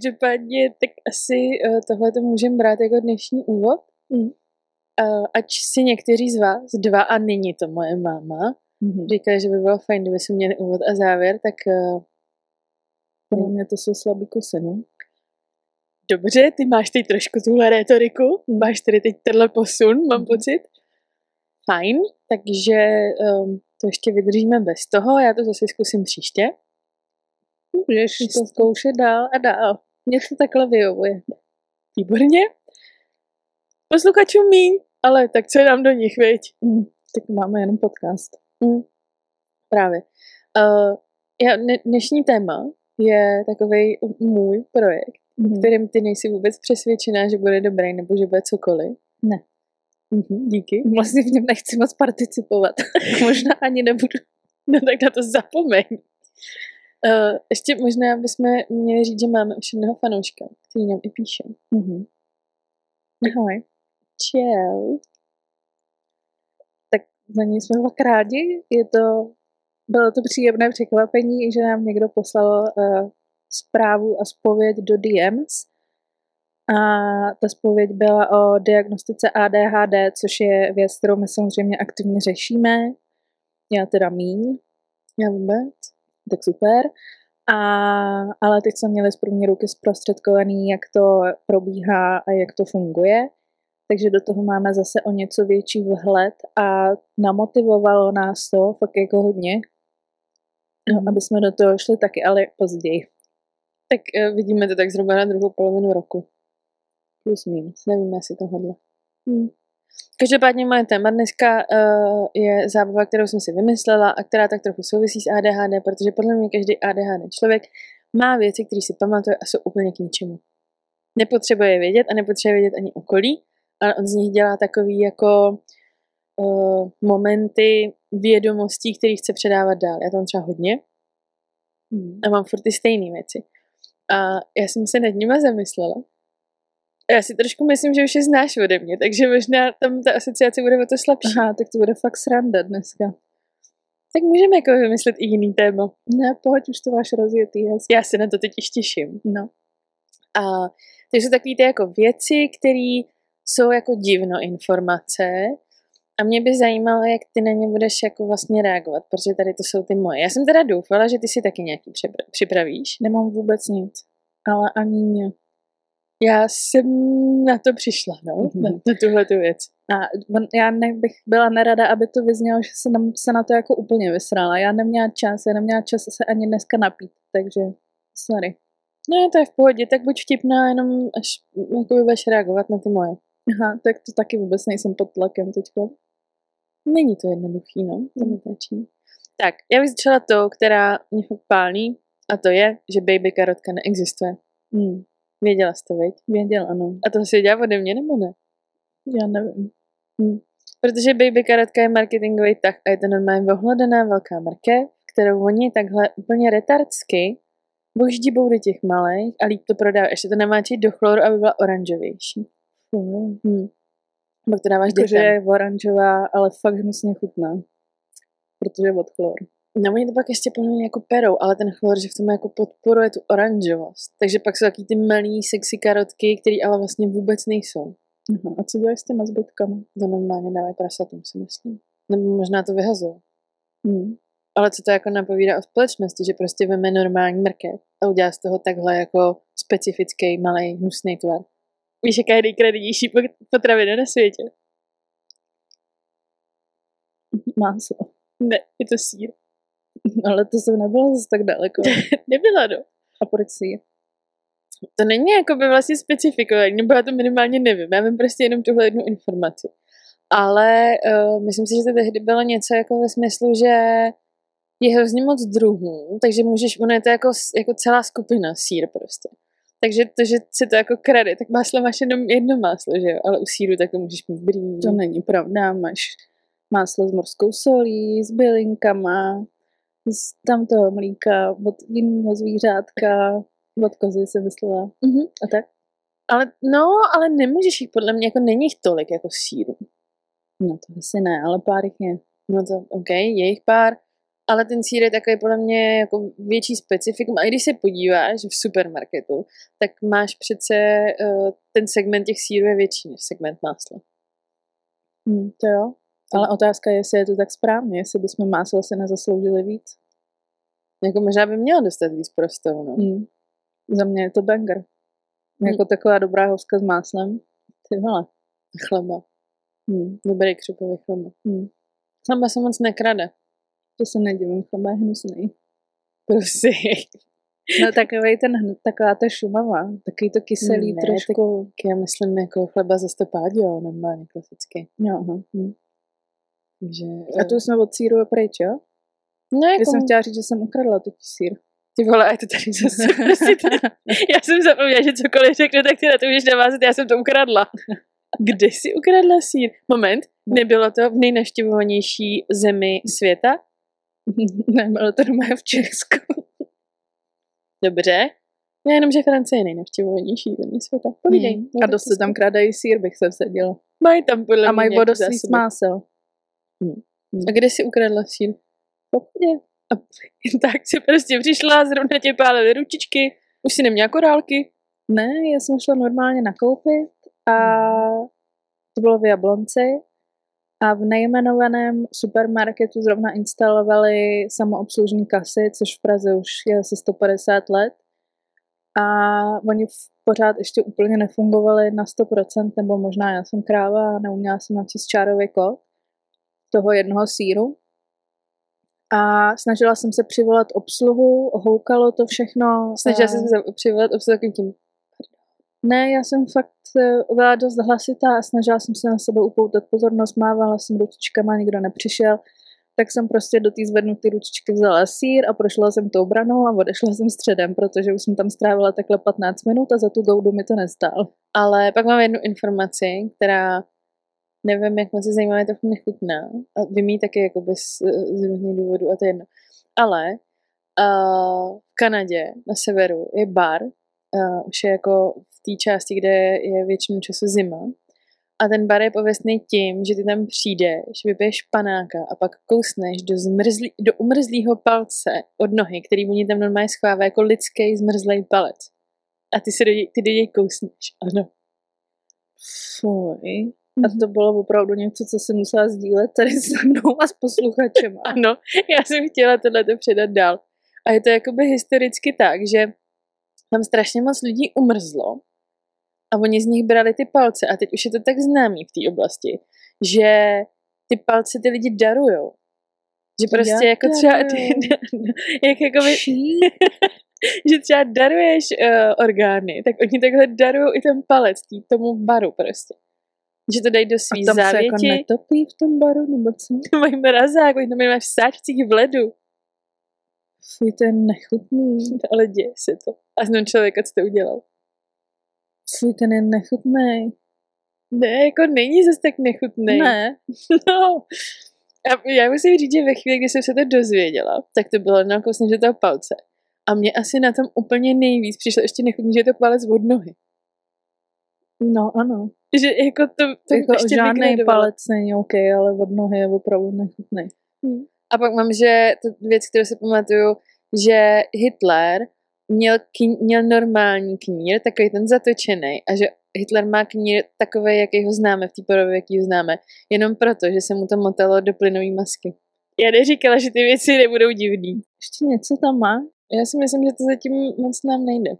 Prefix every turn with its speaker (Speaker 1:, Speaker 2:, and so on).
Speaker 1: Každopádně, tak asi uh, tohle to můžeme brát jako dnešní úvod.
Speaker 2: Mm.
Speaker 1: Uh, ač si někteří z vás, dva a nyní to moje máma,
Speaker 2: Mm-hmm.
Speaker 1: říkali, že by bylo fajn, kdyby jsme měli úvod a závěr, tak uh,
Speaker 2: Podle mě to jsou slabý kusy, no.
Speaker 1: dobře, ty máš teď trošku tuhle retoriku, máš tady teď tenhle posun, mám
Speaker 2: Mhm.
Speaker 1: pocit. Fajn, takže um, to ještě vydržíme bez toho, já to zase zkusím příště.
Speaker 2: Můžeš to zkoušet dál a dál. Mě to takhle vyhovuje.
Speaker 1: Výborně. Posluchačům míň, ale tak co je nám do nich, viď?
Speaker 2: Mm. Tak máme jenom podcast.
Speaker 1: Právě. Uh, já, dne- dnešní téma je takový můj projekt,
Speaker 2: Mm.
Speaker 1: kterým ty nejsi vůbec přesvědčená, že bude dobrý nebo že bude cokoliv.
Speaker 2: Ne.
Speaker 1: Mhm, díky.
Speaker 2: Vlastně v něm nechci moc participovat. Možná ani nebudu.
Speaker 1: No tak na to zapomeň. Uh, ještě možná bychom měli říct, že máme už jednoho fanouška, který nám i píše.
Speaker 2: Mm-hmm. Ahoj.
Speaker 1: Čau.
Speaker 2: Za ní jsme fakt rádi. Je to, bylo to příjemné překvapení, že nám někdo poslal uh, zprávu a zpověď do DMs. A ta zpověď byla o diagnostice ADHD, což je věc, kterou my samozřejmě aktivně řešíme. Já teda míň,
Speaker 1: Já vůbec.
Speaker 2: tak super. A, ale teď jsme měli z první ruky zprostředkovaný, jak to probíhá a jak to funguje. Takže do toho máme zase o něco větší vhled a namotivovalo nás to fakt jako hodně, no,
Speaker 1: Mhm.
Speaker 2: aby jsme do toho šli taky, ale později.
Speaker 1: Tak uh, vidíme to tak zhruba na druhou polovinu roku. Plus minus, nevíme jestli tohle. Hmm. Každopádně moje téma dneska uh, je zábava, kterou jsem si vymyslela a která tak trochu souvisí s ADHD, protože podle mě každý ADHD člověk má věci, které si pamatuje a jsou úplně k ničemu. Nepotřebuje je vědět a nepotřebuje vědět ani okolí, ale on z nich dělá takový jako uh, momenty vědomostí, které chce předávat dál. Já to mám třeba hodně a mám furt ty stejné věci. A já jsem se nad nima zamyslela. A já si trošku myslím, že už je znáš ode mě, takže možná tam ta asociace bude o to slabší.
Speaker 2: Aha, tak to bude fakt sranda dneska.
Speaker 1: Tak můžeme jako vymyslet i jiný téma.
Speaker 2: Ne, pojď, už to máš rozjetý, hezky.
Speaker 1: Já se na to totiž těším.
Speaker 2: No.
Speaker 1: A to jsou takové ty jako věci, které jsou jako divno informace. A mě by zajímalo, jak ty na ně budeš jako vlastně reagovat, protože tady to jsou ty moje. Já jsem teda doufala, že ty si taky nějaký přebra- připravíš.
Speaker 2: Nemám vůbec nic, ale ani mě.
Speaker 1: Já jsem na to přišla, no, na,
Speaker 2: Mhm.
Speaker 1: na tuhle tu věc.
Speaker 2: A on- já ne, bych byla nerada, aby to vyznělo, že se, tam, se na to jako úplně vysrala. Já neměla čas, já neměla čas se ani dneska napít, takže sorry.
Speaker 1: Ne, No, to je v pohodě, tak buď vtipná, jenom až jakoby budeš reagovat na ty moje.
Speaker 2: Aha, tak to taky vůbec nejsem pod tlakem teď.
Speaker 1: Není to jednoduchý, no, to
Speaker 2: Mm.
Speaker 1: natáčení. Tak, já bych začala tou, která mě fakt pálí, a to je, že baby karotka neexistuje.
Speaker 2: Hmm,
Speaker 1: Věděla jsi to, viď?
Speaker 2: věděla, no.
Speaker 1: A to si věděla ode mě, nebo ne?
Speaker 2: Já nevím.
Speaker 1: Protože baby karotka je marketingový tah a je to normálně ohledaná velká markev, kterou oni takhle úplně retardsky boždíbou do těch malých a líp to prodávají. Ještě to namáčí do chloru, aby byla oranžovější.
Speaker 2: Fuj.
Speaker 1: Hm. Pak to dáváš
Speaker 2: Jakože
Speaker 1: dětem.
Speaker 2: jako, je oranžová, ale fakt hnusně chutná. Protože je od chlor.
Speaker 1: No oni to pak ještě podle mě jako perou, ale ten chlor, že v tom jako podporuje tu oranžovost. Takže pak jsou taky ty malý sexy karotky, které ale vlastně vůbec nejsou.
Speaker 2: Aha, a co děláš s těma zbytkama?
Speaker 1: To normálně dávají prasatům, si myslím. Nebo možná to vyhazují.
Speaker 2: Hmm.
Speaker 1: Ale co to jako napovídá o společnosti, že prostě veme normální mrkev a udělá z toho takhle jako specifický malý hnusný tvar. Víš, jaká je nejkradenější pot- potravina na světě?
Speaker 2: Máslo.
Speaker 1: Ne, je to sír.
Speaker 2: Ale to jsem nebyla zase tak daleko.
Speaker 1: Nebyla, no.
Speaker 2: A proč si je?
Speaker 1: To není jako by vlastně specifikovaný, nebo já to minimálně nevím. Já vím prostě jenom tuhle jednu informaci. Ale uh, myslím si, že to tehdy bylo něco jako ve smyslu, že je hrozně moc druhů, takže můžeš, ono je to jako, s- jako celá skupina sír prostě. Takže to, že se to jako krade, tak máslo máš jenom jedno máslo, že jo? Ale u síru tak to můžeš mít brý.
Speaker 2: To není pravda, máš máslo s morskou solí, s bylinkama, z tamtoho mlíka, od jiného zvířátka, od kozy si myslela.
Speaker 1: Mhm.
Speaker 2: A tak?
Speaker 1: Ale, no, ale nemůžeš jich, podle mě, jako není jich tolik jako síru.
Speaker 2: No to asi ne, ale pár jich je.
Speaker 1: No to, OK, je jich pár, ale ten sír je takový podle mě jako větší specifikum. A i když se podíváš v supermarketu, tak máš přece eh, ten segment těch sírů je větší než segment másla.
Speaker 2: Hmm, to jo. Ale otázka je, jestli je to tak správně, jestli bychom máslo se nezasloužili víc.
Speaker 1: Jako možná by měla dostat víc prostoru, no.
Speaker 2: Hmm. Za mě je to banger. Jako taková dobrá hoska s máslem.
Speaker 1: Ty vole, chleba.
Speaker 2: Hmm.
Speaker 1: Dobrý křupový chleba.
Speaker 2: Hmm.
Speaker 1: Chleba se moc nekrade.
Speaker 2: To se nedivím, chleba je hnusný.
Speaker 1: Prosím.
Speaker 2: No takovej ten, hn- taková ta šumava, takový to kyselý
Speaker 1: Ne,
Speaker 2: ne, trošku. Tak...
Speaker 1: Já myslím jako chleba ze stopádě, jo, normálně klasicky.
Speaker 2: Jo, aha. Hm.
Speaker 1: Že, eh,
Speaker 2: A tu jsme od síru pryč, jo?
Speaker 1: no,
Speaker 2: Já
Speaker 1: jako,
Speaker 2: jsem chtěla říct, že jsem ukradla totiž sír.
Speaker 1: Ty vole, a je to tady zase. prostě tady. Já jsem zapomněla, že cokoliv řekne, tak ty na to můžeš navázat, já jsem to ukradla. Kde jsi ukradla sír? Moment, nebylo to v nejnaštěvovanější zemi světa?
Speaker 2: ne, no. bylo to doma v Česku.
Speaker 1: Dobře. Já jenom, že Francie je nejnavštěvovanější země světa. Povídej.
Speaker 2: Hmm.
Speaker 1: máte
Speaker 2: A dost se tam
Speaker 1: přesně.
Speaker 2: kradejí sír, bych se vsadila.
Speaker 1: Mají tam podle
Speaker 2: A
Speaker 1: mě
Speaker 2: mají
Speaker 1: nějaký
Speaker 2: vodoslý
Speaker 1: zásoby.
Speaker 2: smásel.
Speaker 1: A kde jsi ukradla sír? Pochodě. A tak si prostě přišla, zrovna tě pálily ručičky, už si neměla korálky.
Speaker 2: Ne, já jsem šla normálně nakoupit a to bylo v Jablonci a v nejmenovaném supermarketu zrovna instalovali samoobslužní kasy, což v Praze už je asi 150 let a oni v- pořád ještě úplně nefungovali na 100%, nebo možná já jsem kráva a neuměla jsem načíst čárový kód toho jednoho síru. A snažila jsem se přivolat obsluhu, houkalo to všechno. eh,
Speaker 1: Snažila
Speaker 2: a-
Speaker 1: jsem se za- přivolat obsah takovým tím
Speaker 2: ne, já jsem fakt eh, byla dost hlasitá a snažila jsem se na sebe upoutat pozornost, mávala jsem ručičkama, nikdo nepřišel, tak jsem prostě do té zvednuté ručičky vzala sír a prošla jsem tou branou a odešla jsem středem, protože už jsem tam strávila takhle 15 minut a za tu goudu mi to nestál.
Speaker 1: Ale pak mám jednu informaci, která nevím, jak moc je zajímavá, je trochu nechutná. A vím ji taky jako bez, z různých důvodů a to je jedno. Ale
Speaker 2: eh,
Speaker 1: uh, v Kanadě na severu je bar, uh, už je jako v té části, kde je většinu času zima. A ten bar je pověstný tím, že ty tam přijdeš, vypiješ panáka a pak kousneš do, zmrzlý, do umrzlého palce od nohy, který oni tam normálně schovává jako lidský zmrzlej palec. A ty si do něj, ty do něj kousneš. Ano.
Speaker 2: Fuj. A
Speaker 1: Mhm.
Speaker 2: to bylo opravdu něco, co jsem musela sdílet tady se mnou a s posluchačema.
Speaker 1: Ano, já jsem chtěla tohleto předat dál. A je to jakoby historicky tak, že tam strašně moc lidí umrzlo a oni z nich brali ty palce a teď už je to tak známý v té oblasti, že ty palce ty lidi darujou. Že
Speaker 2: Já
Speaker 1: prostě jako třeba ty, jak jako by,
Speaker 2: Ší.
Speaker 1: že třeba daruješ uh, orgány, tak oni takhle darují i ten palec tý, tomu baru prostě. Že to dají do svý
Speaker 2: A tam se jako
Speaker 1: závěti.
Speaker 2: netopí v tom baru, nebo co?
Speaker 1: mají mrazák, oni to mají v sáčcích v ledu.
Speaker 2: Fuj, to je nechutný.
Speaker 1: Ale děje se to. A znám člověka, co to udělal.
Speaker 2: Fuj, ten je nechutný.
Speaker 1: Ne, jako není zase tak nechutný.
Speaker 2: Ne.
Speaker 1: No. A já musím říct, že ve chvíli, kdy jsem se to dozvěděla, tak to bylo na kousne, že toho palce. A mě asi na tom úplně nejvíc přišlo ještě nechutný, že je to palec od nohy.
Speaker 2: No, ano.
Speaker 1: Že jako to, to
Speaker 2: To jako
Speaker 1: ještě
Speaker 2: žádný
Speaker 1: degradovalo.
Speaker 2: palec není OK, ale od nohy je opravdu nechutný.
Speaker 1: A pak mám, že to věc, kterou si pamatuju, že Hitler měl, kni, měl normální knír, takový ten zatočený, a že Hitler má knír takový, jaký ho známe, v té podobě, jaký ho známe, jenom proto, že se mu to motalo do plynové masky. Já neříkala, že ty věci nebudou divný.
Speaker 2: Ještě něco tam má?
Speaker 1: Já si myslím, že to zatím moc nám nejde.